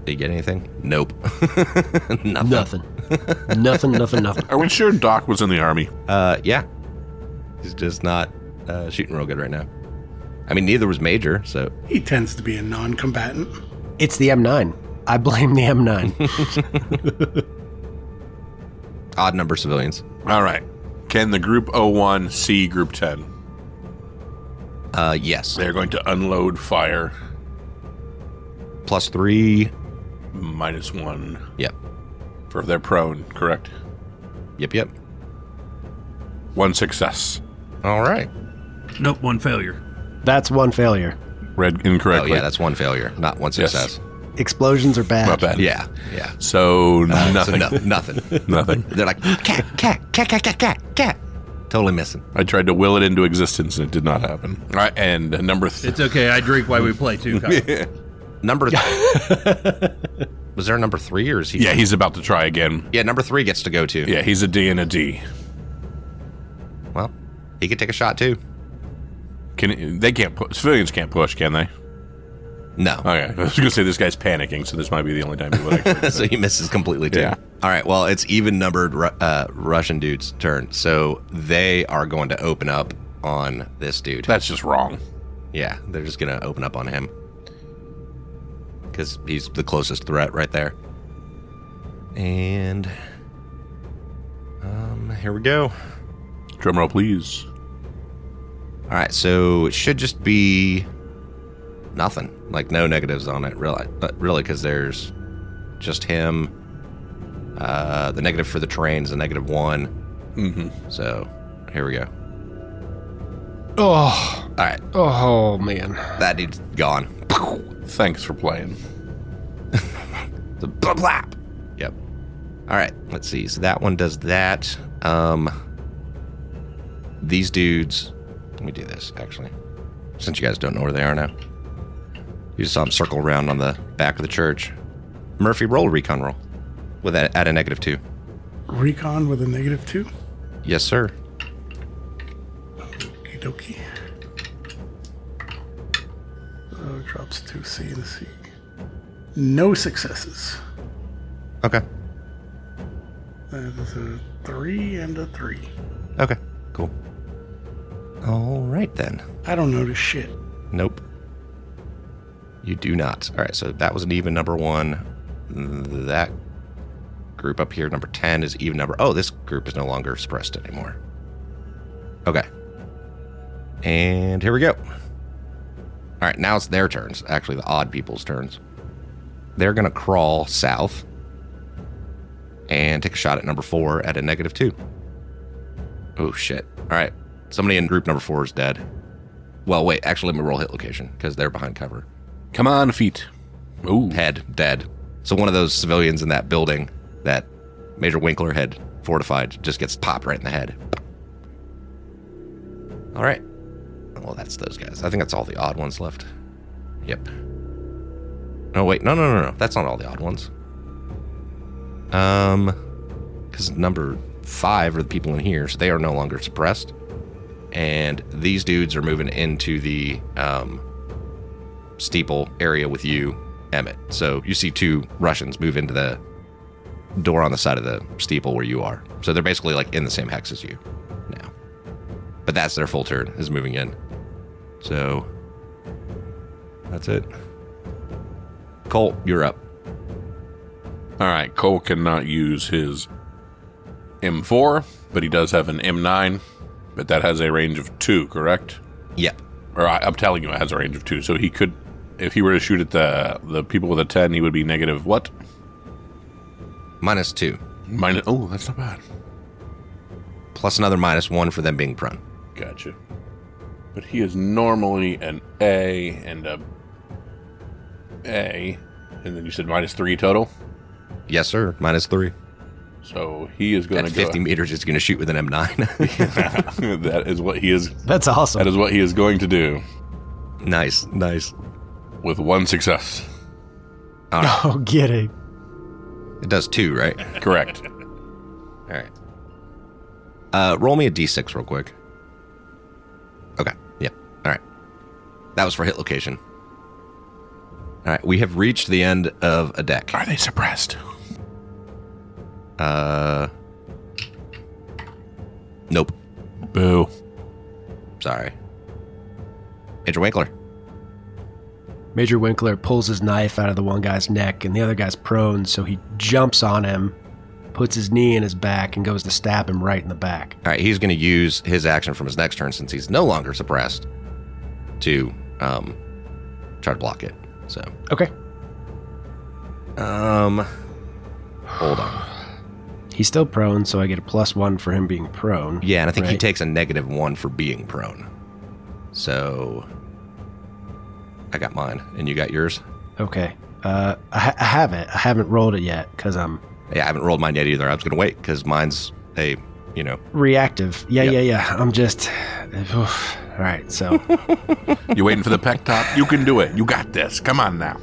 Speaker 1: did he get anything? Nope. Nothing.
Speaker 3: Nothing. nothing, nothing, nothing.
Speaker 2: Are we sure Doc was in the army?
Speaker 1: Uh, yeah. He's just not uh, shooting real good right now. I mean, neither was Major, so
Speaker 5: He tends to be a non combatant.
Speaker 3: It's the M9. I blame the M9.
Speaker 1: odd number of civilians.
Speaker 2: All right. Can the Group 01 see Group 10?
Speaker 1: Uh, yes.
Speaker 2: They're going to unload fire
Speaker 1: Plus three.
Speaker 2: minus 1
Speaker 1: Yep.
Speaker 2: for their prone, correct?
Speaker 1: Yep, yep.
Speaker 2: One success.
Speaker 1: All right.
Speaker 4: Nope, one failure.
Speaker 3: That's one failure.
Speaker 2: Read
Speaker 1: Oh,
Speaker 2: incorrectly.
Speaker 1: yeah, that's one failure, not one
Speaker 2: Yes.
Speaker 1: success.
Speaker 3: Explosions are bad.
Speaker 2: not bad.
Speaker 1: Yeah, yeah.
Speaker 2: So
Speaker 1: So
Speaker 2: nothing.
Speaker 1: no, nothing.
Speaker 2: nothing.
Speaker 1: They're like, cat, cat, cat, cat, cat, cat, cat. Totally missing.
Speaker 2: I tried to will it into existence and it did not happen. All right, and uh, number three.
Speaker 4: It's okay. I drink while we play too. Kyle.
Speaker 1: Number. was there a number three or is he?
Speaker 2: Yeah, he's about to try again.
Speaker 1: Yeah, number three gets to go too.
Speaker 2: Yeah, he's a D and a D.
Speaker 1: Well, he could take a shot too.
Speaker 2: Can they can't pu- civilians can't push, can they?
Speaker 1: No.
Speaker 2: Okay, I was gonna say this guy's panicking, so this might be the only time he would. Actually.
Speaker 1: so he misses completely too.
Speaker 2: Yeah.
Speaker 1: All right. Well, it's even numbered Ru- uh, Russian dude's turn. So they are going to open up on this dude.
Speaker 2: That's just wrong.
Speaker 1: yeah, they're just going to open up on him because he's the closest threat right there. And um, here we go.
Speaker 2: Drum roll, please.
Speaker 1: All right. So it should just be nothing. Like no negatives on it, really. But really, because there's just him. Uh, the negative for the train is a negative one.
Speaker 2: Mm-hmm.
Speaker 1: So here we go.
Speaker 3: Oh,
Speaker 1: All right,
Speaker 3: oh man.
Speaker 1: that dude's gone.
Speaker 2: Thanks for playing.
Speaker 1: The blah, blah. Yep. All right, let's see. So that one does that. Um, these dudes. Let me do this actually, since you guys don't know where they are now. You just saw them circle around on the back of the church. Murphy, roll a recon roll with a, at a negative two.
Speaker 5: Recon with a negative two.
Speaker 1: Yes, sir.
Speaker 5: Okie dokie. Uh, drops to C and C. No successes.
Speaker 1: Okay.
Speaker 5: That is a three and a three.
Speaker 1: Okay. Cool. All right then.
Speaker 5: I don't notice shit.
Speaker 1: Nope. You do not. All right, so that was an even number one. That group up here, number 10, is even number. Oh, this group is no longer suppressed anymore. Okay. And here we go. All right, now it's their turns. Actually, the odd people's turns. They're going to crawl south and take a shot at number four at a negative two. Oh, shit. All right, somebody in group number four is dead. Well, wait. Actually, let me roll hit location because they're behind cover.
Speaker 2: Come on, feet. Ooh,
Speaker 1: Head dead. So one of those civilians in that building that Major Winkler had fortified just gets popped right in the head. All right. Well, that's those guys. I think that's all the odd ones left. Yep. No, wait. No, no, no, no. That's not all the odd ones. Um, because number five are the people in here, so they are no longer suppressed. And these dudes are moving into the um, steeple area with you, Emmett. So you see two Russians move into the door on the side of the steeple where you are. So they're basically like in the same hex as you now. But that's their full turn is moving in. So that's it. Colt, you're up.
Speaker 2: All right, Cole cannot use his M4, but he does have an M9, but that has a range of two, correct?
Speaker 1: Yep.
Speaker 2: Or I, I'm telling you, it has a range of two. So he could, if he were to shoot at the the people with a ten, he would be negative what?
Speaker 1: minus two,
Speaker 2: Minus. Oh, that's not bad.
Speaker 1: plus another minus one for them being prone.
Speaker 2: Gotcha. But he is normally an A and a A, and then you said minus three total.
Speaker 1: Yes, sir. Minus three.
Speaker 2: So he is going
Speaker 1: At
Speaker 2: to go.
Speaker 1: 50 meters, it's going to shoot with an M9.
Speaker 2: that is what he is.
Speaker 3: That's awesome.
Speaker 2: That is what he is going to do
Speaker 1: nice, nice.
Speaker 2: with one success.
Speaker 3: oh, get it.
Speaker 1: It does two, right?
Speaker 2: Correct.
Speaker 1: All right. Uh, roll me a d6 real quick. Okay. Yeah. All right. That was for hit location. All right. We have reached the end of a deck.
Speaker 2: Are they suppressed?
Speaker 1: Uh. Nope.
Speaker 2: Boo.
Speaker 1: Sorry. Major Winkler.
Speaker 3: Major Winkler pulls his knife out of the one guy's neck, and the other guy's prone, so he jumps on him, puts his knee in his back, and goes to stab him right in the back.
Speaker 1: All right. He's going to use his action from his next turn since he's no longer suppressed to um try to block it. So
Speaker 3: Okay.
Speaker 1: um hold on.
Speaker 3: He's still prone, so I get a plus one for him being prone.
Speaker 1: Yeah, and I think he
Speaker 3: Right.
Speaker 1: takes a negative one for being prone. So I got mine, and you got yours.
Speaker 3: Okay. Uh, I, ha- I have it. I haven't rolled it yet because I'm
Speaker 1: Yeah, I haven't rolled mine yet either. I was going to wait because mine's a you know
Speaker 3: reactive. Yeah,
Speaker 1: Yep.
Speaker 3: yeah, yeah. I'm just. oof. All right. So,
Speaker 2: You waiting for the pec top? You can do it. You got this. Come on now.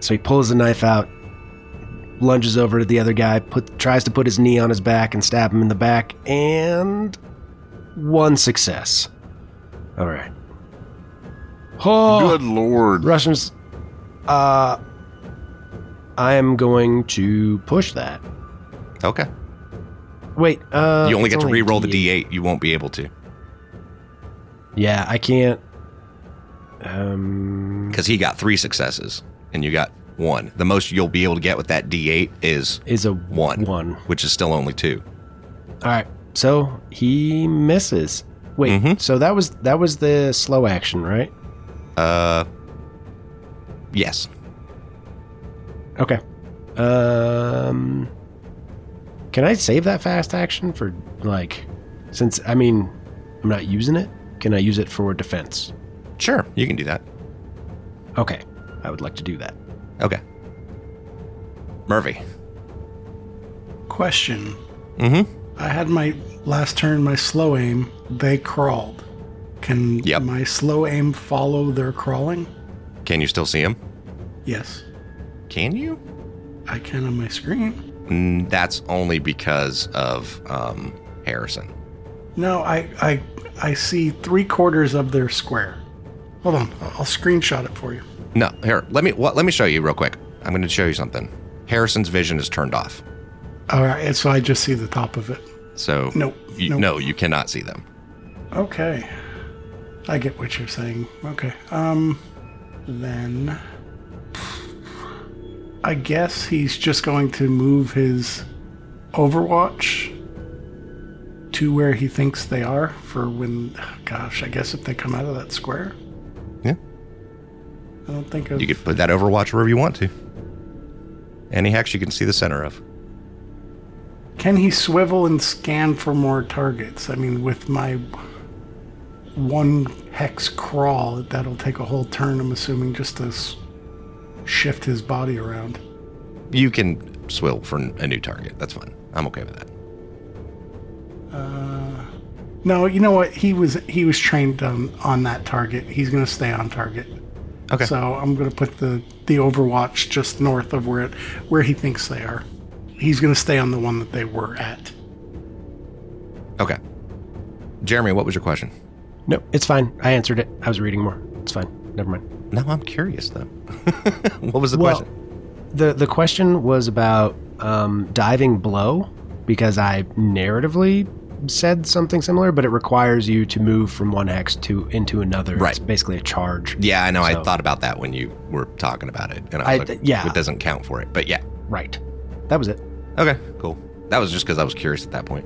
Speaker 3: so he pulls the knife out, lunges over to the other guy, put tries to put his knee on his back and stab him in the back, and one success. All right. Oh,
Speaker 2: Good lord.
Speaker 3: Russians. Uh, I am going to push that.
Speaker 1: okay.
Speaker 3: Wait. Uh,
Speaker 1: you only
Speaker 3: it's
Speaker 1: get to re-roll the
Speaker 3: D8.
Speaker 1: D8. You won't be able to
Speaker 3: Mm-hmm. Yeah, I can't. Um,
Speaker 1: because he got three successes and you got one. The most you'll be able to get with that D8 is
Speaker 3: is a
Speaker 1: One.
Speaker 3: One.
Speaker 1: which is still only two.
Speaker 3: All right. So he misses. Wait.
Speaker 1: Mhm.
Speaker 3: So that was that was the slow action, right?
Speaker 1: Uh, yes.
Speaker 3: Okay. Um, can I save that fast action for like, since I mean, I'm not using it. Can I use it for defense?
Speaker 1: Sure, you can do that.
Speaker 3: Okay. I would like to do that.
Speaker 1: Okay. Murphy.
Speaker 5: Question.
Speaker 1: Mm-hmm.
Speaker 5: I had my last turn, my slow aim. They crawled. Can
Speaker 1: Yep.
Speaker 5: my slow aim follow their crawling?
Speaker 1: Can you still see him?
Speaker 5: Yes,
Speaker 1: Can you?
Speaker 5: I can on my screen.
Speaker 1: Mm, that's only because of um, Harrison.
Speaker 5: No, I I I see three quarters of their square. Hold on, I'll I'll screenshot it for you.
Speaker 1: No, here. Let me. What? Let me show you real quick. I'm going to show you something. Harrison's vision is turned off,
Speaker 5: All right, and so I just see the top of it.
Speaker 1: so
Speaker 5: Nope,
Speaker 1: You,
Speaker 5: nope.
Speaker 1: No, you cannot see them.
Speaker 5: Okay, I get what you're saying. Okay, um, then I guess he's just going to move his Overwatch to where he thinks they are for when. Gosh, I guess if they come out of that square.
Speaker 1: Yeah.
Speaker 5: I don't think of.
Speaker 1: You could put that Overwatch wherever you want to. Any hex you can see the center of.
Speaker 5: Can he swivel and scan for more targets? I mean, with my one hex crawl, that'll take a whole turn, I'm assuming, just to s- shift his body around.
Speaker 1: You can swill for n- a new target. That's fine. I'm okay with that.
Speaker 5: No, you know what? He was he was trained on, on that target. He's going to stay on target.
Speaker 1: Okay.
Speaker 5: So I'm going to put the the Overwatch just north of where it where he thinks they are. He's going to stay on the one that they were at.
Speaker 1: Okay. Jeremy, what was your question?
Speaker 3: No, it's fine. I answered it. I was reading more. It's fine. Never mind.
Speaker 1: No, I'm curious though. what was the
Speaker 3: Well-
Speaker 1: question?
Speaker 3: the the question was about um, diving blow because I narratively said something similar, but it requires you to move from one hex to into another. It's
Speaker 1: Right.
Speaker 3: basically a charge.
Speaker 1: Yeah, I know. I
Speaker 3: So-
Speaker 1: thought about that when you were talking about it, and I was
Speaker 3: I-
Speaker 1: like,
Speaker 3: yeah.
Speaker 1: it doesn't count for it. But yeah,
Speaker 3: Right. That was it.
Speaker 1: okay, cool. That was just because I was curious at that point.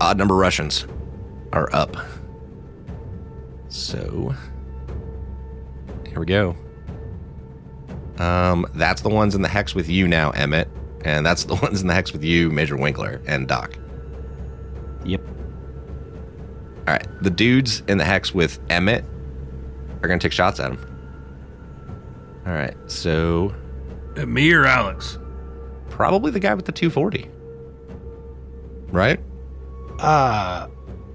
Speaker 1: Odd number Russians are up. So here we go. Um, that's the ones in the hex with you now, Emmett. and that's the ones in the hex with you, Major Winkler, and Doc.
Speaker 3: Yep.
Speaker 1: All right, the dudes in the hex with Emmett are gonna take shots at him. All right, so
Speaker 4: Uh, Me or Alex?
Speaker 1: probably the guy with the 240, right?
Speaker 3: Uh,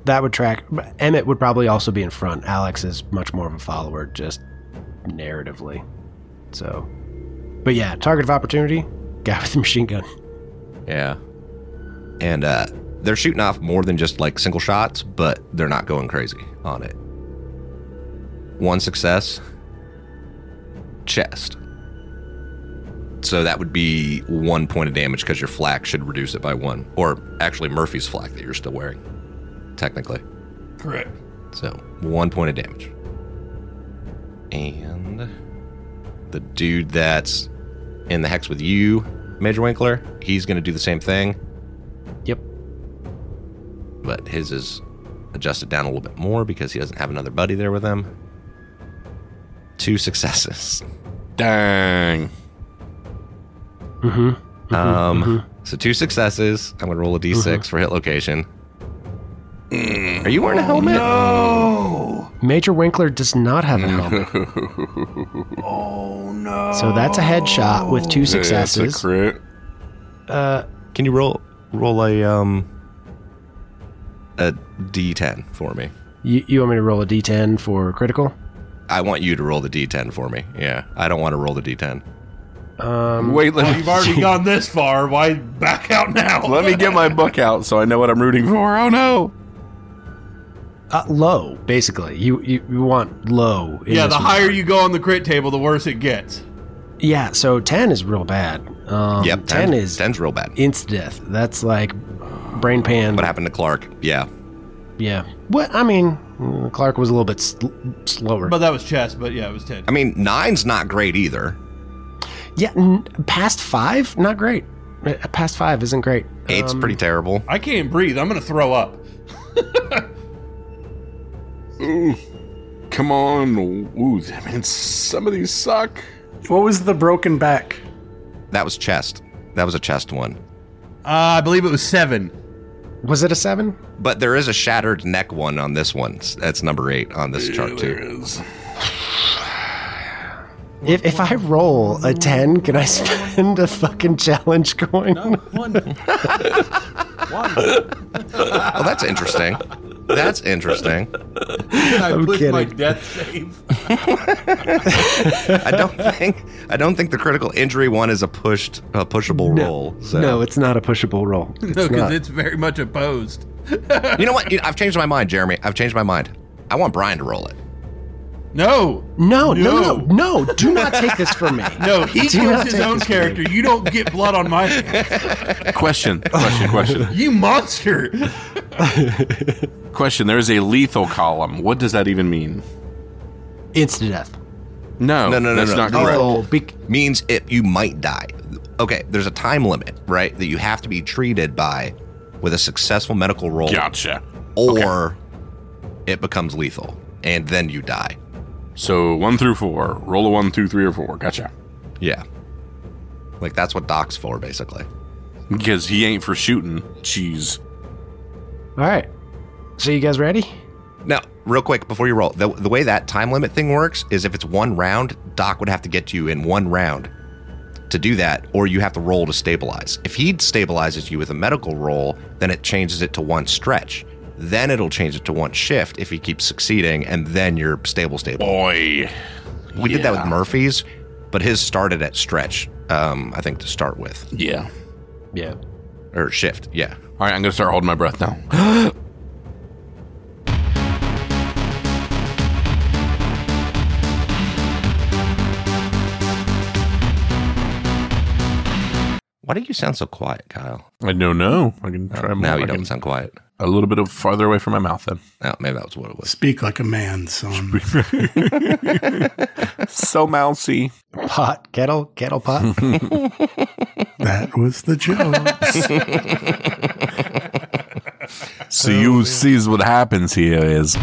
Speaker 3: that would track. Emmett would probably also be in front. Alex is much more of a follower, just narratively. So, but yeah, target of opportunity, guy with the machine gun.
Speaker 1: Yeah. And uh, they're shooting off more than just like single shots, but they're not going crazy on it. One success, chest. So that would be one point of damage because your flak should reduce it by one, or actually Murphy's flak that you're still wearing, technically.
Speaker 4: Correct.
Speaker 1: So one point of damage. And the dude that's in the hex with you, Major Winkler, he's going to do the same thing,
Speaker 3: Yep.
Speaker 1: but his is adjusted down a little bit more because he doesn't have another buddy there with him. Two successes.
Speaker 2: Dang.
Speaker 3: Mm-hmm. Mm-hmm.
Speaker 1: um, So two successes. I'm going to roll a d6 for hit location. Are you wearing a helmet?
Speaker 3: Major Winkler does not have a helmet. oh
Speaker 4: Oh,
Speaker 3: no! So that's a headshot with two
Speaker 2: That's a
Speaker 3: successes.
Speaker 2: crit.
Speaker 3: Uh,
Speaker 1: Can you roll roll a um a d10 for me?
Speaker 3: you, you want me to roll a d10 for critical?
Speaker 1: I want you to roll the d10 for me. Yeah, I don't want to roll the d10.
Speaker 3: Um,
Speaker 2: Wait, let me
Speaker 4: You've already gone this far. Why back out now?
Speaker 2: let me get my book out so I know what I'm rooting for. Oh no.
Speaker 3: uh, low, basically. You, you you want low. in
Speaker 4: yeah,
Speaker 3: this
Speaker 4: the
Speaker 3: one.
Speaker 4: higher you go on the crit table, the worse it gets.
Speaker 3: Yeah, so 10 is real bad. Um,
Speaker 1: yep,
Speaker 3: 10, is
Speaker 1: 10's real bad.
Speaker 3: instant death. That's like brain pan.
Speaker 1: What happened to Clark? Yeah,
Speaker 3: Yeah. What? I mean, mm, Clark was a little bit sl- slower.
Speaker 4: But that was chest. But yeah, it was ten.
Speaker 1: I mean nine's not great either.
Speaker 3: yeah, n- past five, not great. Uh, Past five isn't great.
Speaker 1: Eight's
Speaker 3: Um,
Speaker 1: pretty terrible.
Speaker 4: I can't breathe. I'm gonna throw up.
Speaker 2: Ooh. Come on. Ooh, I mean, some of these suck.
Speaker 5: What was the broken back?
Speaker 1: That was chest. That was a chest one.
Speaker 4: Uh, I believe it was seven.
Speaker 3: Was it a seven?
Speaker 1: But there is a shattered neck one on this one. That's number eight on this chart
Speaker 2: There
Speaker 1: too.
Speaker 2: is.
Speaker 3: If, if I roll a 10, can I spend a fucking challenge coin?
Speaker 4: Oh,
Speaker 7: One. One.
Speaker 1: Oh, that's interesting. That's interesting.
Speaker 7: I
Speaker 3: I'm
Speaker 7: pushed my
Speaker 3: kidding.
Speaker 7: death save.
Speaker 1: I don't think I don't think the critical injury one is a pushed a pushable roll. So.
Speaker 3: No, it's not a pushable roll. It's
Speaker 4: no,
Speaker 3: not.
Speaker 4: because it's very much opposed.
Speaker 1: You know what? You- I've changed my mind, Jeremy. I've changed my mind. I want Brian to roll it.
Speaker 4: No,
Speaker 3: no, no, no, no, no. Do not take this from me.
Speaker 4: no, he
Speaker 3: Do not
Speaker 4: kills his
Speaker 3: take
Speaker 4: own
Speaker 3: this from me.
Speaker 4: character. You don't get blood on my hands.
Speaker 2: Question, question, question.
Speaker 4: You monster.
Speaker 2: Question, there is a lethal column. What does that even mean?
Speaker 3: Instant death.
Speaker 2: No,
Speaker 1: No, no, no,
Speaker 2: that's
Speaker 1: no.
Speaker 2: not
Speaker 1: Oh.
Speaker 2: correct.
Speaker 3: Oh, bec-
Speaker 1: Means it you might die. Okay, there's a time limit, right? That you have to be treated by with a successful medical roll,
Speaker 2: Gotcha.
Speaker 1: or it becomes lethal, and then you die.
Speaker 2: So one through four, roll a one, two, three, or four. Gotcha.
Speaker 1: Yeah, like that's what Doc's for, basically.
Speaker 2: Because he ain't for shooting. Jeez.
Speaker 3: All right. So you guys ready?
Speaker 1: Now, real quick before you roll, the, the way that time limit thing works is if it's one round, Doc would have to get you in one round to do that, or you have to roll to stabilize. If he stabilizes you with a medical roll, then it changes it to one stretch. Then it'll change it to one shift if he keeps succeeding, and then you're stable, stable.
Speaker 2: Boy.
Speaker 1: We did that with Murphy's, but his started at stretch, um, I think, to start with,
Speaker 2: Yeah.
Speaker 3: Yeah.
Speaker 1: or shift, yeah.
Speaker 2: All right, I'm going to start holding my breath now.
Speaker 1: Why do you sound so quiet, Kyle?
Speaker 2: I don't know. I can try more.
Speaker 1: now you
Speaker 2: I
Speaker 1: don't
Speaker 2: can,
Speaker 1: sound quiet.
Speaker 2: a little bit of farther away from my mouth then.
Speaker 1: Oh, maybe that was what it was.
Speaker 5: Speak like a man, son.
Speaker 2: So mousy.
Speaker 3: Pot, kettle, kettle pot.
Speaker 5: that was the joke.
Speaker 2: Oh, So you sees what happens here is